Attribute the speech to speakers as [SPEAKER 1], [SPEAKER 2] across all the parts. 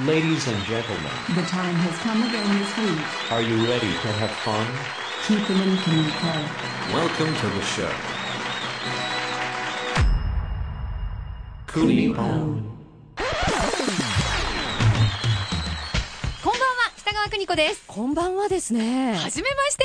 [SPEAKER 1] Ladies and gentlemen,
[SPEAKER 2] The time has come again this week.
[SPEAKER 1] are you ready to have fun?
[SPEAKER 2] Keep them in Kamiko.
[SPEAKER 3] Welcome to the show. Kuni on.
[SPEAKER 4] こんばんは、北川邦子です。
[SPEAKER 5] こんばんはですね。
[SPEAKER 4] はじめまして。、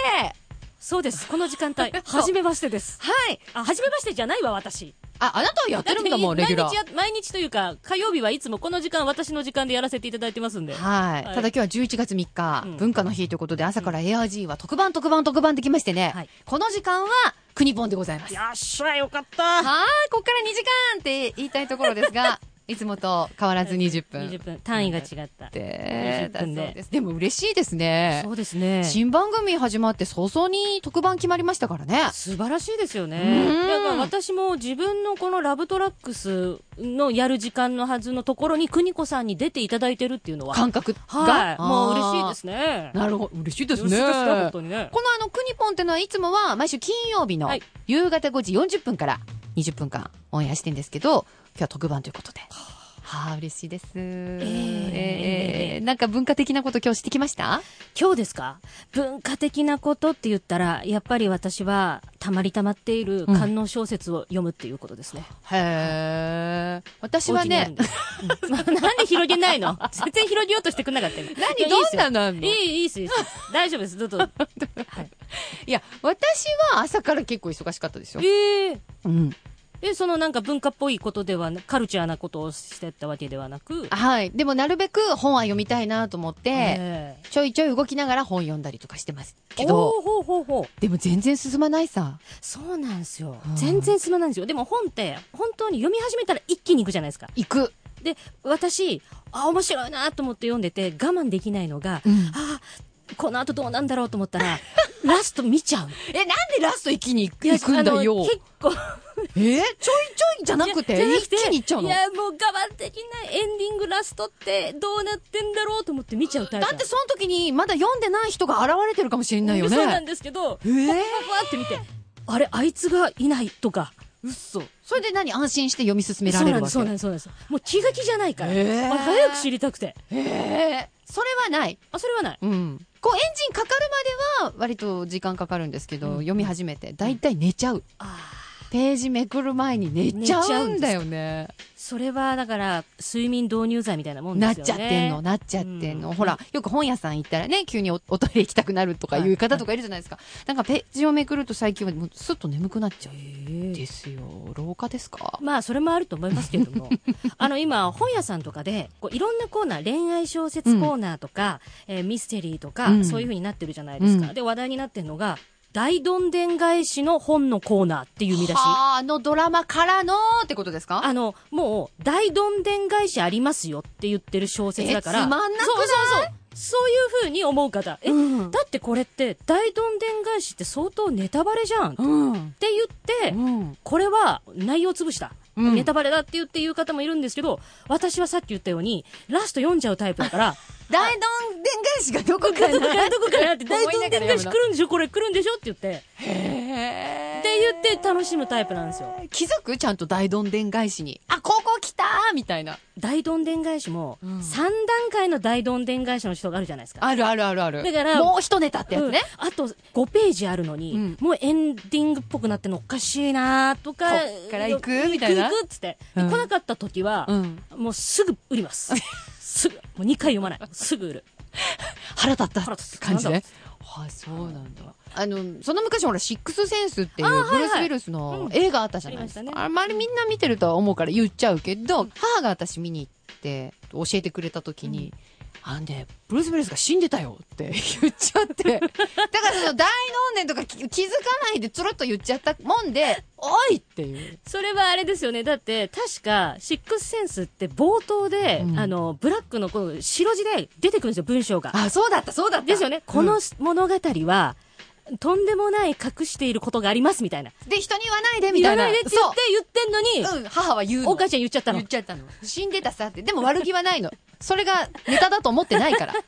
[SPEAKER 5] そうです。この時間帯
[SPEAKER 4] そう
[SPEAKER 5] はじめましてです。
[SPEAKER 4] はい。
[SPEAKER 5] あ、はじめましてじゃないわ、私。
[SPEAKER 4] あ、あなたはやってるんだもん、レ
[SPEAKER 5] だっ
[SPEAKER 4] ギ
[SPEAKER 5] て
[SPEAKER 4] ュラ
[SPEAKER 5] 毎
[SPEAKER 4] ー。
[SPEAKER 5] 日や毎日というか、火曜日はいつもこの時間、私の時間でやらせていただいてますんで。
[SPEAKER 4] はい。
[SPEAKER 5] はい
[SPEAKER 4] ただ今日は11月3日、
[SPEAKER 5] うん
[SPEAKER 4] 文化の日ということで、朝から ARG は特番、特番、特番できましてね、
[SPEAKER 5] はい
[SPEAKER 4] この時間は、国本でございます。
[SPEAKER 5] やっしゃ、よかった。
[SPEAKER 4] はい、こっから2時間って言いたいところです が、いつもと変わらず20分。
[SPEAKER 5] 20分。単位が違った。
[SPEAKER 4] で、だ
[SPEAKER 5] 20
[SPEAKER 4] そう
[SPEAKER 5] 分で
[SPEAKER 4] です。でも嬉しいですね
[SPEAKER 5] そ。うですね。
[SPEAKER 4] 新番組始まって早々に特番決まりましたからね。
[SPEAKER 5] 素晴らしいですよね。
[SPEAKER 4] うん
[SPEAKER 5] だから私も自分のこのラブトラックスのやる時間のはずのところに、邦子さんに出ていただいてるっていうのは。
[SPEAKER 4] 感覚が。
[SPEAKER 5] はい。もう
[SPEAKER 4] あー
[SPEAKER 5] 嬉しいですね。
[SPEAKER 4] なるほど。嬉しいです
[SPEAKER 5] 嬉
[SPEAKER 4] ね。
[SPEAKER 5] しいですね、本当にね。
[SPEAKER 4] このあの、クニポンってのはいつもは毎週金曜日の
[SPEAKER 5] はい
[SPEAKER 4] 夕方5時40分から20分間オンエアしてんですけど、今日は特番ということで。はあ、嬉しいです。ええなんか文化的なこと今日してきました
[SPEAKER 5] 今日ですか文化的なことって言ったら、やっぱり私は、たまりたまっている観音小説を読むっていうことですね。
[SPEAKER 4] へえ。私は
[SPEAKER 5] お家
[SPEAKER 4] ね
[SPEAKER 5] に、あるんで うんなんで広げないの 全然広げようとしてくんなかったよ。いや
[SPEAKER 4] 何、
[SPEAKER 5] いいっ
[SPEAKER 4] ど
[SPEAKER 5] す
[SPEAKER 4] ん
[SPEAKER 5] よ
[SPEAKER 4] なのあんの
[SPEAKER 5] いい、いいっす、いいっす。大丈夫です、ど うぞ。はい、
[SPEAKER 4] いや、私は朝から結構忙しかったですよ。
[SPEAKER 5] ええ
[SPEAKER 4] うん。
[SPEAKER 5] え、そのなんか文化っぽいことではな、カルチャーなことをしてったわけではなく、
[SPEAKER 4] はい。でもなるべく本は読みたいなと思って、
[SPEAKER 5] ええ
[SPEAKER 4] ちょいちょい動きながら本読んだりとかしてますけど、
[SPEAKER 5] おーほうほうほう。
[SPEAKER 4] でも全然進まないさ。
[SPEAKER 5] そうなんですよ
[SPEAKER 4] うん。
[SPEAKER 5] 全然進まないんですよ。でも本って、本当に読み始めたら一気に行くじゃないですか。
[SPEAKER 4] 行く。
[SPEAKER 5] で、私、あ、面白いなと思って読んでて、我慢できないのが、
[SPEAKER 4] うん
[SPEAKER 5] あ、この後どうなんだろうと思ったら、 ラスト見ちゃう。
[SPEAKER 4] え、なんでラスト一気に行く行くんだ
[SPEAKER 5] いやあの
[SPEAKER 4] よ。
[SPEAKER 5] 結構。
[SPEAKER 4] えーちょいちょいじゃなくて、
[SPEAKER 5] いやじゃなく
[SPEAKER 4] 一気に行っちゃうの
[SPEAKER 5] い
[SPEAKER 4] だ
[SPEAKER 5] や、もう我慢できない。エンディングラストってどうなってんだろうと思って見ちゃうタイプな
[SPEAKER 4] っ
[SPEAKER 5] の。
[SPEAKER 4] てその時にまだ読んでない人が現れてるかもしれないよ
[SPEAKER 5] そうなん
[SPEAKER 4] ね。
[SPEAKER 5] ですけど、
[SPEAKER 4] えー
[SPEAKER 5] パパパって見て、あれ、あいつがいないとか、うっそ。
[SPEAKER 4] それで何安心して読み進めら
[SPEAKER 5] そう
[SPEAKER 4] れ
[SPEAKER 5] な
[SPEAKER 4] る
[SPEAKER 5] んで
[SPEAKER 4] わ
[SPEAKER 5] す、そうなん
[SPEAKER 4] け
[SPEAKER 5] です、そうなんです。もう気が気じゃないから。
[SPEAKER 4] へー
[SPEAKER 5] あ早く知りたくて。
[SPEAKER 4] へえ。それはない。
[SPEAKER 5] あ、それはない。
[SPEAKER 4] うん。こうエンジンかかるまでは割と時間かかるんですけど、
[SPEAKER 5] うん
[SPEAKER 4] 読み始めてだいたい寝ちゃう。
[SPEAKER 5] あー
[SPEAKER 4] ページめくる前に寝ちゃうんだよね。
[SPEAKER 5] それはだから睡眠導入剤みたいなもんで
[SPEAKER 4] なっ
[SPEAKER 5] すよ
[SPEAKER 4] ち
[SPEAKER 5] ね
[SPEAKER 4] ゃってんの、なっちゃってんの。
[SPEAKER 5] うん
[SPEAKER 4] ほら、よく本屋さん行ったらね、急にお おトイレ行きたくなるとかいう方とかいるじゃないですか。なんかページをめくると最近はもうすっと眠くなっちゃう。ですよ。廊下ですか
[SPEAKER 5] まあそれもあると思いますけれど もあの今本屋さんとかでこういろんなコーナー恋愛小説コーナーとか、えーミステリーとか、
[SPEAKER 4] うん
[SPEAKER 5] そういうふうになってるじゃないですか、
[SPEAKER 4] うん
[SPEAKER 5] で話題になってるのが大どんでん返しの本のコーナーっていう見出し
[SPEAKER 4] はああのドラマからのってことですか
[SPEAKER 5] あの、もう、大どんでん返しありますよって言ってる小説だから。
[SPEAKER 4] えつまんなくない
[SPEAKER 5] そうそうそう。そういう風に思う方。え、
[SPEAKER 4] うん
[SPEAKER 5] だってこれって、大どんでん返しって相当ネタバレじゃんって
[SPEAKER 4] うん。
[SPEAKER 5] 言って、
[SPEAKER 4] うん。
[SPEAKER 5] これは内容潰しだ。
[SPEAKER 4] うん
[SPEAKER 5] ネタバレだって言って言う方もいるんですけど、私はさっき言ったように、ラスト読んじゃうタイプ だから、
[SPEAKER 4] 大どんでん返しがどこ
[SPEAKER 5] どこか
[SPEAKER 4] から な
[SPEAKER 5] どこからって、大
[SPEAKER 4] 思い
[SPEAKER 5] ど
[SPEAKER 4] なん
[SPEAKER 5] で
[SPEAKER 4] が
[SPEAKER 5] ん
[SPEAKER 4] ら読
[SPEAKER 5] 返し
[SPEAKER 4] む
[SPEAKER 5] 来
[SPEAKER 4] の
[SPEAKER 5] るんでしょこれ来るんでしょって言って。って
[SPEAKER 4] へー
[SPEAKER 5] 言って楽しむタイプなんですよ。
[SPEAKER 4] 気づくちゃんと大どんでん返しに。あ、ここ来たーみたいな。
[SPEAKER 5] 大どんでん返しも、
[SPEAKER 4] うん
[SPEAKER 5] 3段階の大どんでん返しの人があるじゃないですか。
[SPEAKER 4] あるあるあるある。
[SPEAKER 5] だから
[SPEAKER 4] もう一ネタってやつね。
[SPEAKER 5] うんあと5ページあるのに、
[SPEAKER 4] うん
[SPEAKER 5] もうエンディングっぽくなってんのおかしいなとか、
[SPEAKER 4] こっから行くみたいな
[SPEAKER 5] 行く行くっつって、で
[SPEAKER 4] うん
[SPEAKER 5] 来なかった時は、
[SPEAKER 4] うん
[SPEAKER 5] もうすぐ売 ります。すぐ、もう2回読まない。すぐ売る。
[SPEAKER 4] 腹立った
[SPEAKER 5] 腹立つ
[SPEAKER 4] 感じ
[SPEAKER 5] なん
[SPEAKER 4] ね
[SPEAKER 5] だ。
[SPEAKER 4] はい、そうなんだ。あの、その昔ほら、シックスセンスってい
[SPEAKER 5] あーは
[SPEAKER 4] うブ
[SPEAKER 5] いはい
[SPEAKER 4] ルース・ウィルスの
[SPEAKER 5] うん
[SPEAKER 4] 映画あったじゃないですか。
[SPEAKER 5] ありましたね
[SPEAKER 4] あんまりみんな見てるとは思うから言っちゃうけど、母が私見に行って教えてくれた時に、あんで、ブルース・ウィルスが死んでたよって 言っちゃって。だからその大脳年とかき気づかないでつろっと言っちゃったもんで、おいっていう。
[SPEAKER 5] それはあれですよね。だって、確か、シックスセンスって冒頭で、
[SPEAKER 4] うん
[SPEAKER 5] あの、ブラックのこの白字で出てくるんですよ、文章が。
[SPEAKER 4] あ、そうだった、そうだった。
[SPEAKER 5] ですよね。この物語は、とんでもない隠していることがあります、みたいな。
[SPEAKER 4] で、人に言わないでみたいな。
[SPEAKER 5] 言わないでって言って言ってんのに、
[SPEAKER 4] そう。うん、母は言うの。
[SPEAKER 5] お母ちゃん言っちゃったの
[SPEAKER 4] 言っ。ちゃったの死んでたさってでも悪気はないのそれがネタだと思ってないからだ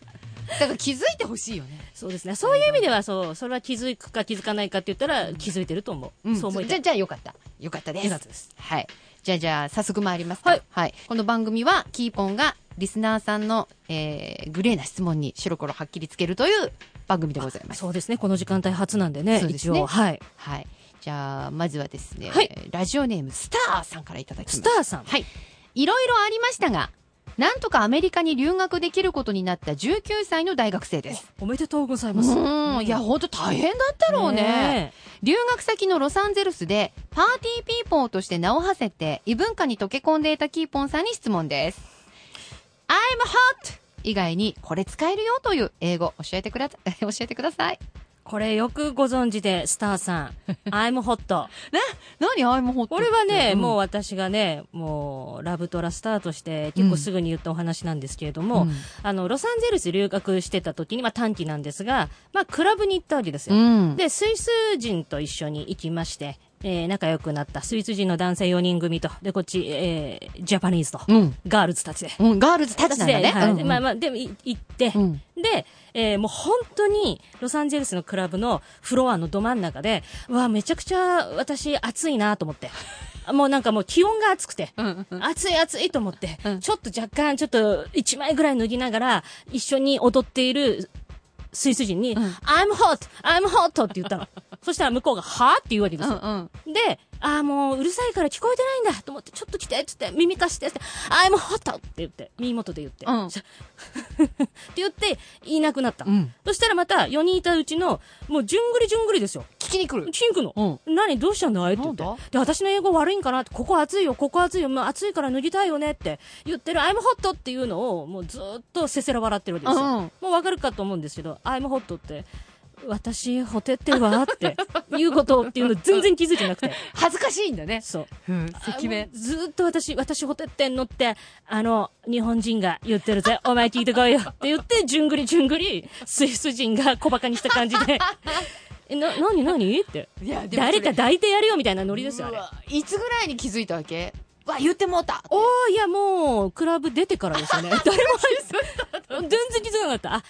[SPEAKER 4] から気づいてほしいよね、
[SPEAKER 5] そうですね。そういう意味では、そう、それは気づくか気づかないかって言ったら、気づいてると思う。そう思い
[SPEAKER 4] じ
[SPEAKER 5] た
[SPEAKER 4] ゃ
[SPEAKER 5] い。
[SPEAKER 4] じゃあよかったよかったです
[SPEAKER 5] よかったです
[SPEAKER 4] はいじゃあじゃあ早速参りますかは
[SPEAKER 5] はいい、
[SPEAKER 4] この番組はキーポンがリスナーさんの、えー、グレーな質問に白黒はっきりつけるという番組でございます。
[SPEAKER 5] そうですね。この時間帯初なんでね。
[SPEAKER 4] そうです
[SPEAKER 5] 一
[SPEAKER 4] ね
[SPEAKER 5] 応。はい。
[SPEAKER 4] はい。じゃあ、まずはですね、
[SPEAKER 5] はい
[SPEAKER 4] ラジオネームスターさんからいただきます。
[SPEAKER 5] スターさん。
[SPEAKER 4] はい。いろいろありましたが、なんとかアメリカに留学できることになった19歳の大学生です。
[SPEAKER 5] おめでとうございうます。
[SPEAKER 4] ん、いや、ほんと大変だったろうね。留学先のロサンゼルスで、パーティーピーポーとして名を馳せて、異文化に溶け込んでいたキーポンさんに質問です。I'm hot! 以外に、これ使えるよという英語、教えてくだ、 教えてください。
[SPEAKER 5] これよくご存知で、スタ ーさん。I'm hot。
[SPEAKER 4] 何 ?I'm hot?
[SPEAKER 5] これはね、もう
[SPEAKER 4] う、
[SPEAKER 5] 私がね、もう、ラブトラスターとして、結構すぐに言ったお話なんですけれども、
[SPEAKER 4] うん
[SPEAKER 5] あの、ロサンゼルス留学してた時に、まあ短期なんですが、まあクラブに行ったわけですよ。
[SPEAKER 4] うん。
[SPEAKER 5] で、スイス人と一緒に行きまして、えー仲良くなったスイス人の男性4人組と、で、こっち、えージャパニーズと、
[SPEAKER 4] うん。
[SPEAKER 5] ガールズたちで。
[SPEAKER 4] うん、ガールズタッチなんだね。
[SPEAKER 5] はい
[SPEAKER 4] うんうん
[SPEAKER 5] まあまあ、でもい行って、
[SPEAKER 4] うん
[SPEAKER 5] で、えーもう本当に、ロサンゼルスのクラブのフロアのど真ん中で、わあ、めちゃくちゃ私暑いなと思って。もうなんかもう気温が暑くて、暑い暑いと思って、ちょっと若干ちょっと1枚ぐらい脱ぎながら、一緒に踊っているスイス人に、I'm hot! I'm hot! って言ったの。そしたら向こうが、はって言うわけですよ。
[SPEAKER 4] うん
[SPEAKER 5] で、ああ、もううるさいから聞こえてないんだと思って、ちょっと来てっつって、耳貸してっつって、I'm hot! って言って、耳元で言って。
[SPEAKER 4] うん
[SPEAKER 5] そ したらって言って、いなくなった。
[SPEAKER 4] うん
[SPEAKER 5] そしたらまた、4人いたうちの、もう、じゅんぐりじゅんぐりですよ。
[SPEAKER 4] 聞きに来る。
[SPEAKER 5] チンクの。何どうしたんだいって言って
[SPEAKER 4] なんだ。
[SPEAKER 5] で、私の英語悪いんかなって、ここ暑いよ、ここ暑いよ、もう暑いから脱ぎたいよねって言ってる I'm hot っていうのを、もうずーっとせせら笑ってるわけですよ。
[SPEAKER 4] うん
[SPEAKER 5] もうわかるかと思うんですけど、I'm hot って、私、ホテってるわって、いうことっていうの全然気づいてなくて。
[SPEAKER 4] 恥ずかしいんだね。
[SPEAKER 5] そう。
[SPEAKER 4] うん、
[SPEAKER 5] あもうずーっと私、私ホテってんのって、あの、日本人が言ってる ぜ、お前聞いてこいよって言って、じゅんぐりじゅんぐり、スイス人が小馬鹿にした感じ で、え、な、なになにって。
[SPEAKER 4] いやでもそれ
[SPEAKER 5] 誰か抱いてやるよみたいなノリですよ、あれ
[SPEAKER 4] う。わいつぐらいに気づいたわけうわ、言ってもうた
[SPEAKER 5] おー、いや、もう、クラブ出てから ですよね。誰も入って、全然気づかなかった。あ、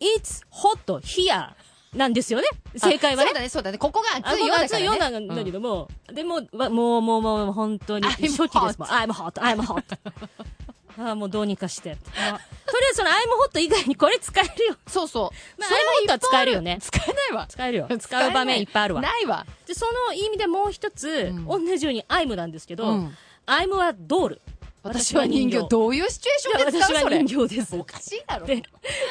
[SPEAKER 5] it's hot here なんですよね。正解は
[SPEAKER 4] あそう
[SPEAKER 5] ね
[SPEAKER 4] だ。ね、そうだね。ここが
[SPEAKER 5] あ
[SPEAKER 4] 熱い
[SPEAKER 5] こ
[SPEAKER 4] よ
[SPEAKER 5] が
[SPEAKER 4] だか
[SPEAKER 5] 熱
[SPEAKER 4] ら、
[SPEAKER 5] い
[SPEAKER 4] ね。
[SPEAKER 5] ようなんだけども、でも、わもう、もう、もう、本当に、
[SPEAKER 4] I'm
[SPEAKER 5] 初期ですもん。
[SPEAKER 4] hot
[SPEAKER 5] I'm hot, I'm hot. ああ、もうどうにかして。あとりあえずその I'm hot 以外にこれ使える
[SPEAKER 4] う
[SPEAKER 5] よ。
[SPEAKER 4] んそうそう。
[SPEAKER 5] まあ
[SPEAKER 4] それも
[SPEAKER 5] I'm hot は使えるよね
[SPEAKER 4] 使えないわ。
[SPEAKER 5] 使えるよ。
[SPEAKER 4] 使えな
[SPEAKER 5] 使う場面いっぱいあるわ。
[SPEAKER 4] ないわ。
[SPEAKER 5] で、その意味でもう一つ、
[SPEAKER 4] うん
[SPEAKER 5] 同じように I'm なんですけど、
[SPEAKER 4] うん
[SPEAKER 5] I'm はドール。
[SPEAKER 4] 私は人形、どういうシチュエーションで使う
[SPEAKER 5] いや
[SPEAKER 4] そ
[SPEAKER 5] 私
[SPEAKER 4] れ。
[SPEAKER 5] は人形です
[SPEAKER 4] おかしいだろ。
[SPEAKER 5] で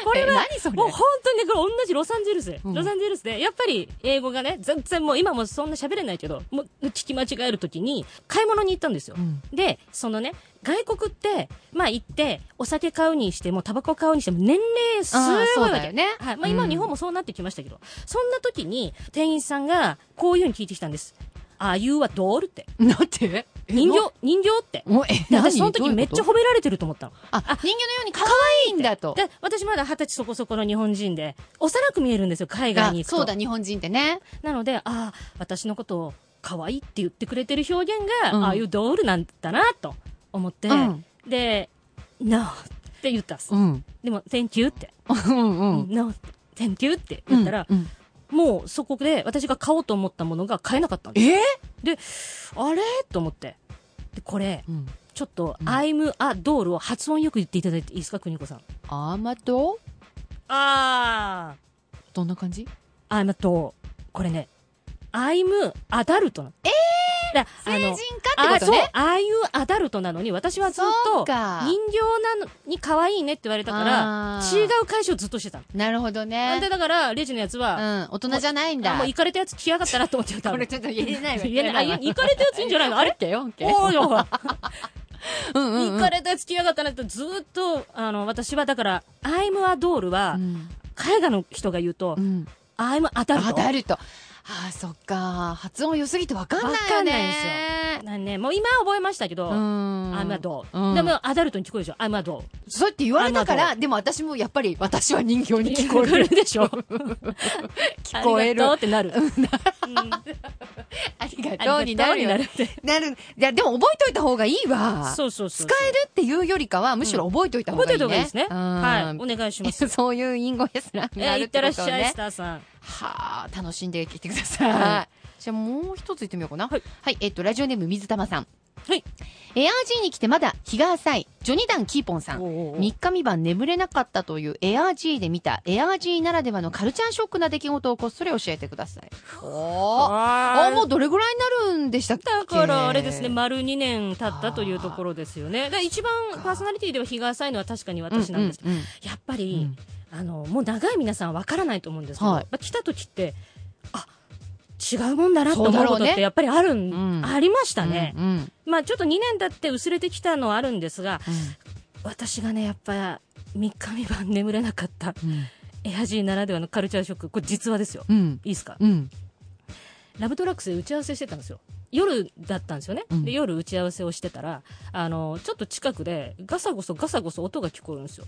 [SPEAKER 5] これは
[SPEAKER 4] え、何それ
[SPEAKER 5] もう本当にね、これ同じロサンゼルス。
[SPEAKER 4] うん
[SPEAKER 5] ロサンゼルスで、やっぱり英語がね、全然もう今もそんな喋れないけど、もう聞き間違えるときに、買い物に行ったんですよ。
[SPEAKER 4] うん
[SPEAKER 5] で、そのね、外国って、まあ行って、お酒買うにしても、タバコ買うにしても、年齢す
[SPEAKER 4] あーそ
[SPEAKER 5] ご
[SPEAKER 4] う
[SPEAKER 5] いわ
[SPEAKER 4] だ
[SPEAKER 5] け。
[SPEAKER 4] よね
[SPEAKER 5] はい。まあ今
[SPEAKER 4] うん
[SPEAKER 5] 日本もそうなってきましたけど、そんな時に、店員さんが、こういうふうに聞いてきたんです。あ、ゆうはどうるって。
[SPEAKER 4] なんて
[SPEAKER 5] 人形、人形って。
[SPEAKER 4] おえ、
[SPEAKER 5] で
[SPEAKER 4] 何
[SPEAKER 5] 私その時めっち
[SPEAKER 4] ど
[SPEAKER 5] ゃ
[SPEAKER 4] ういうこ
[SPEAKER 5] 褒められてると思ったの。
[SPEAKER 4] とあ、人形のように可愛いんだと。
[SPEAKER 5] で、私まだ二十歳そこそこの日本人で、幼く見えるんですよ、海外に行くと。
[SPEAKER 4] そうだ、日本人ってね。
[SPEAKER 5] なので、ああ、私のことを可愛いって言ってくれてる表現が、
[SPEAKER 4] うん
[SPEAKER 5] ああいうドールなんだなと思って、
[SPEAKER 4] うん
[SPEAKER 5] で、No! って言ったんです。
[SPEAKER 4] ん。
[SPEAKER 5] でも、Thank you って、
[SPEAKER 4] うんう。
[SPEAKER 5] No! Thank you って言ったら、
[SPEAKER 4] うんうん
[SPEAKER 5] もうそこで私が買おうと思ったものが買えなかったんで
[SPEAKER 4] え
[SPEAKER 5] す。あれと思って。で、これ、
[SPEAKER 4] うん。
[SPEAKER 5] ちょっと、
[SPEAKER 4] ん
[SPEAKER 5] I'm a doll を発音よく言っていただいていいですか、邦子さん。
[SPEAKER 4] アーマド
[SPEAKER 5] あ
[SPEAKER 4] どんな感じ
[SPEAKER 5] あ、I'm a doll。これね、I'm adult なの。ええー、
[SPEAKER 4] 成人かっ
[SPEAKER 5] あ
[SPEAKER 4] てこと
[SPEAKER 5] そう
[SPEAKER 4] ね。
[SPEAKER 5] ああいうアダルトなのに私はずっ
[SPEAKER 4] そ
[SPEAKER 5] と
[SPEAKER 4] う
[SPEAKER 5] 人形
[SPEAKER 4] か
[SPEAKER 5] なのに可愛いねって言われたから
[SPEAKER 4] あー
[SPEAKER 5] 違う解消ずっとしてたの
[SPEAKER 4] なるほど
[SPEAKER 5] なん
[SPEAKER 4] ね。
[SPEAKER 5] でだからレジのやつ
[SPEAKER 4] う
[SPEAKER 5] は、
[SPEAKER 4] ん、大人じゃないん
[SPEAKER 5] あ
[SPEAKER 4] だ。
[SPEAKER 5] もう行かれたやつ来やがったなと思ってた
[SPEAKER 4] これちょっと言えないわ。
[SPEAKER 5] いやあいや行かれたやついいんじゃないのあれ
[SPEAKER 4] てよ、OK
[SPEAKER 5] おうよ
[SPEAKER 4] うんうんうん
[SPEAKER 5] 行かれたやつ来やがったなってずっとあの私はだから「I'm a doll」は、
[SPEAKER 4] うん
[SPEAKER 5] 絵画の人が言うと
[SPEAKER 4] うん。
[SPEAKER 5] 「I'm a ダル
[SPEAKER 4] あ、
[SPEAKER 5] ト」
[SPEAKER 4] ダルト。あー、そっか。発音良すぎてわかんないよね。
[SPEAKER 5] わかんないんですなんねもう今は覚えましたけど「
[SPEAKER 4] うん。
[SPEAKER 5] I'm a doll」
[SPEAKER 4] うん
[SPEAKER 5] でもアダルトに聞こえるでしょ「I'm a doll」
[SPEAKER 4] そうやって言われたか
[SPEAKER 5] あ
[SPEAKER 4] ら、でも私もやっぱり、私は人形に聞
[SPEAKER 5] 聞こ
[SPEAKER 4] こ
[SPEAKER 5] え
[SPEAKER 4] え
[SPEAKER 5] る
[SPEAKER 4] る。
[SPEAKER 5] でしょ
[SPEAKER 4] 聞こえる
[SPEAKER 5] ありがとうってなる。うん
[SPEAKER 4] あり
[SPEAKER 5] あ
[SPEAKER 4] が
[SPEAKER 5] りが
[SPEAKER 4] と
[SPEAKER 5] と
[SPEAKER 4] う
[SPEAKER 5] う
[SPEAKER 4] に
[SPEAKER 5] に
[SPEAKER 4] な
[SPEAKER 5] な
[SPEAKER 4] る
[SPEAKER 5] る
[SPEAKER 4] よ。
[SPEAKER 5] って。
[SPEAKER 4] なる。いや、でも覚えといた方がいいわ。
[SPEAKER 5] そうそうそう。
[SPEAKER 4] 使えるっていうよりかは、むしろ覚えといた方
[SPEAKER 5] ポ
[SPEAKER 4] がい
[SPEAKER 5] テ
[SPEAKER 4] いね。
[SPEAKER 5] トがいいですね。
[SPEAKER 4] うん
[SPEAKER 5] はい。お願いします。
[SPEAKER 4] そういうインゴレスラン
[SPEAKER 5] え
[SPEAKER 4] があ
[SPEAKER 5] ー、
[SPEAKER 4] る
[SPEAKER 5] い
[SPEAKER 4] っ
[SPEAKER 5] って
[SPEAKER 4] て
[SPEAKER 5] ら
[SPEAKER 4] こと
[SPEAKER 5] っし
[SPEAKER 4] を
[SPEAKER 5] ゃい、
[SPEAKER 4] ね
[SPEAKER 5] ス。ターさん。
[SPEAKER 4] はあ、楽しんで聞いてください。
[SPEAKER 5] は
[SPEAKER 4] じゃあもう一つ言ってみようかな。
[SPEAKER 5] は
[SPEAKER 4] はいい、えっと、ラジオネーム水玉さん。
[SPEAKER 5] はい。
[SPEAKER 4] エアージーに来てまだ日が浅い、ジョニダン・キーポンさん。
[SPEAKER 5] おーおーおー
[SPEAKER 4] 3日三晩眠れなかったというエアージーで見たエアージーならではのカルチャーショックな出来事をこっそり教えてください。おー
[SPEAKER 5] あ
[SPEAKER 4] あ、もうどれぐらいになるんでしたっけ
[SPEAKER 5] だから、あれですね、丸2年経ったというところですよね。だから一番パーソナリティでは日が浅いのは確かに私なんですけど、
[SPEAKER 4] うんうんうん
[SPEAKER 5] やっぱり、あの、もう長い皆さんわからないと思うんですけど、
[SPEAKER 4] はい
[SPEAKER 5] やっぱ来た時って、あ、違うもんだなと
[SPEAKER 4] そう
[SPEAKER 5] 思
[SPEAKER 4] だ
[SPEAKER 5] う
[SPEAKER 4] ろ
[SPEAKER 5] こ
[SPEAKER 4] う
[SPEAKER 5] と
[SPEAKER 4] ね
[SPEAKER 5] ってやっぱりあるん、
[SPEAKER 4] うん
[SPEAKER 5] ありましたね。
[SPEAKER 4] うんうん
[SPEAKER 5] まあちょっと2年経って薄れてきたのはあるんですが、
[SPEAKER 4] う
[SPEAKER 5] 私がね、やっぱ3日三晩眠れなかった
[SPEAKER 4] んうん
[SPEAKER 5] エアジーならではのカルチャーショック、これ実話ですよ。
[SPEAKER 4] うん
[SPEAKER 5] いいですか
[SPEAKER 4] うん
[SPEAKER 5] ラブトラックスで打ち合わせしてたんですよ。夜だったんですよね。
[SPEAKER 4] うん
[SPEAKER 5] で夜打ち合わせをしてたら、あの、ちょっと近くでガサゴソガサゴソ音が聞こえるんですよ。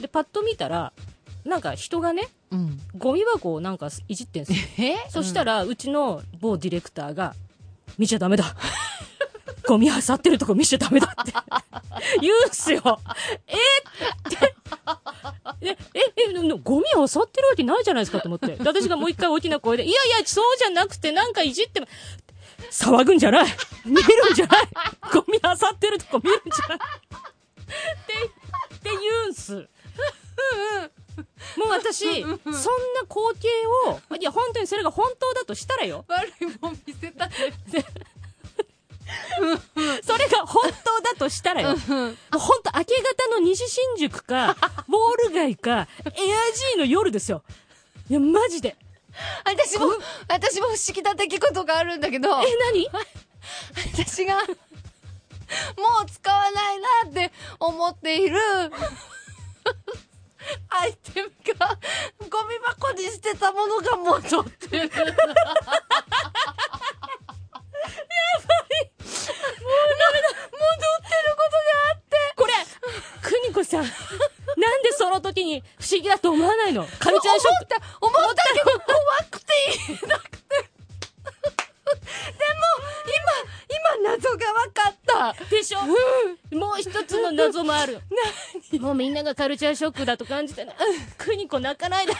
[SPEAKER 5] で、パッと見たら、なんか人がね、
[SPEAKER 4] うん
[SPEAKER 5] ゴミ箱をなんかいじってんですよ。
[SPEAKER 4] え
[SPEAKER 5] そしたら、うちの某ディレクターが、見ちゃダメだ。 ゴミ漁ってるとこ見ちゃダメだって 言うんすよ。え ーって。でえ、え、なゴミ漁ってるわけないじゃないですかと思って。で私がもう一回大きな声で、いやいや、そうじゃなくて、なんかいじっても、騒ぐんじゃない見るんじゃないゴミ漁ってるとこ見るんじゃないって、って言うんす。もう私、そんな光景を、いや、本当にそれが本当だとしたらよ。
[SPEAKER 4] 悪いもん見せた
[SPEAKER 5] それが本当だとしたらよ。もう本当明け方の西新宿 か、ウォール街か、エアジーの夜ですよ。いや、マジで。
[SPEAKER 4] 私も私も不思議な出来事があるんだけど
[SPEAKER 5] え、何
[SPEAKER 4] 私がもう使わないなって思っているアイテムがゴミ箱に捨てたものが戻ってる
[SPEAKER 5] これ、邦子さん。なんでその時に不思議だと思わないのカルチャーショック。
[SPEAKER 4] 思ったけど怖くて言えなくてでも今今謎が分かった
[SPEAKER 5] でしょ、もう一つの謎もある。もうみんながカルチャーショックだと感じてない。邦子泣かないで。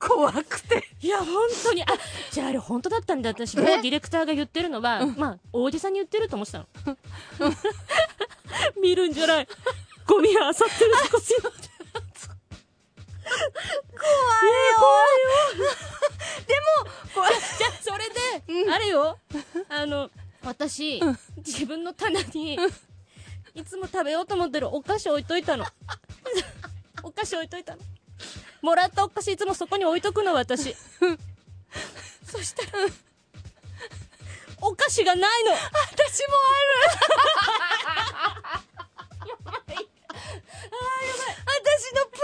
[SPEAKER 4] 怖くて
[SPEAKER 5] いや、本当に。あ、じゃああれ本当だったんだ。私、もうディレクターが言ってるのは、まあ、大げさに言ってると思ってたの。 見るんじゃない。ゴミは漁ってるとこすよ。怖いよ。怖 いよ。でも、じゃあ、それで、あれよ。あの、私、自分の棚に、いつも食べようと思ってるお菓子置いといたの。お菓子置いといたの。もらったお菓子いつもそこに置いとくの私。そしたら、お菓子がないの。私も
[SPEAKER 4] 私のプ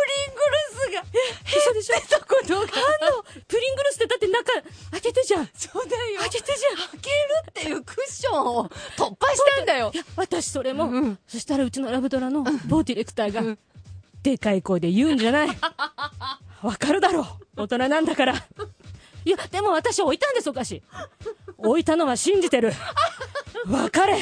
[SPEAKER 4] リングルスが
[SPEAKER 5] ある。嘘でしょたことあんの。プリングルスってだって中開けてじゃん。
[SPEAKER 4] そうだよ
[SPEAKER 5] 開けてじゃん。
[SPEAKER 4] 開けるっていうクッションを突破したんだよ
[SPEAKER 5] いや、私それも、そしたらうちのラブドラの某ディレクターが、でかい声で言うんじゃ ない。わかるだろう。大人なんだ から。いや、でも私置いたんです、お菓子。置いたのは信じて る。わかれ。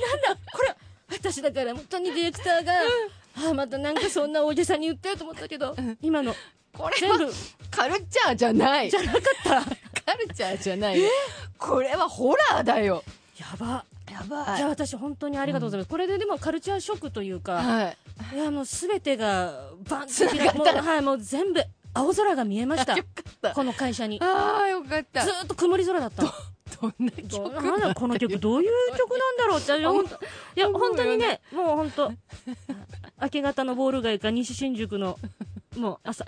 [SPEAKER 5] なんだこれ私だから本当にディレクターが、ああまたなんかそんな大げさに言ってると思ったけど、今の
[SPEAKER 4] これ
[SPEAKER 5] 全
[SPEAKER 4] は
[SPEAKER 5] 部
[SPEAKER 4] カルチャーじゃない
[SPEAKER 5] じゃなかったや
[SPEAKER 4] カルチャーじゃないよこれはホラーだよ
[SPEAKER 5] ば
[SPEAKER 4] やば
[SPEAKER 5] じゃあ私本当にありがとうございます、これででもカルチャーショックというか、
[SPEAKER 4] はい
[SPEAKER 5] い、やもう全てがバンって
[SPEAKER 4] 繋がった
[SPEAKER 5] もう,、はい、もう全部青空が見えました
[SPEAKER 4] よかった
[SPEAKER 5] この会社にず
[SPEAKER 4] ああよかった
[SPEAKER 5] ーっと曇り空だったの
[SPEAKER 4] ど んな
[SPEAKER 5] どう
[SPEAKER 4] 曲
[SPEAKER 5] なんだこの曲どういう曲なんだろうっていや本当いや
[SPEAKER 4] 思うよ
[SPEAKER 5] 本
[SPEAKER 4] ね
[SPEAKER 5] 当にねもう本当明け方のボール街か西新宿のもう朝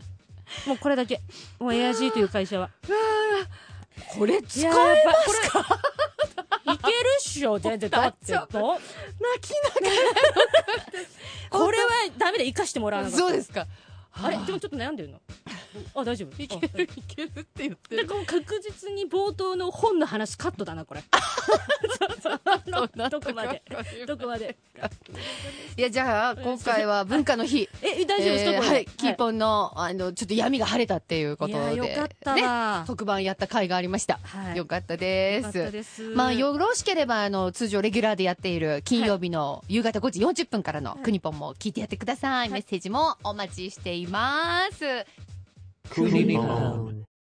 [SPEAKER 5] もうこれだけもうエアジーという会社は
[SPEAKER 4] これ使え
[SPEAKER 5] いややっぱこれいけるっ しょ全然だってどう
[SPEAKER 4] 泣きなが
[SPEAKER 5] これはダメで生かしてもらわ
[SPEAKER 4] ら
[SPEAKER 5] なかった
[SPEAKER 4] そうですか
[SPEAKER 5] あれでもちょっと悩んでるのあ大丈夫
[SPEAKER 4] いけるいけるって言って
[SPEAKER 5] で
[SPEAKER 4] る
[SPEAKER 5] こう確実に冒頭の本の話カットだ なこれそうそうどこまでどこまで
[SPEAKER 4] いやじゃあ今回は文化の日
[SPEAKER 5] え大丈夫です、
[SPEAKER 4] えー
[SPEAKER 5] どこまで
[SPEAKER 4] はい、キーポンの、あの、ちょっと闇が晴れたっていうことで。
[SPEAKER 5] いやよかったわ
[SPEAKER 4] ね、特番やった回がありました。
[SPEAKER 5] はい
[SPEAKER 4] よかったで
[SPEAKER 5] よかっ
[SPEAKER 4] す。
[SPEAKER 5] たです
[SPEAKER 4] まあ、よろしければ、あの、通常レギュラーでやっている金曜日の夕方5時40分からのクニポンも聞いてやってください。メッセージもお待ちしています。
[SPEAKER 1] Kunipon.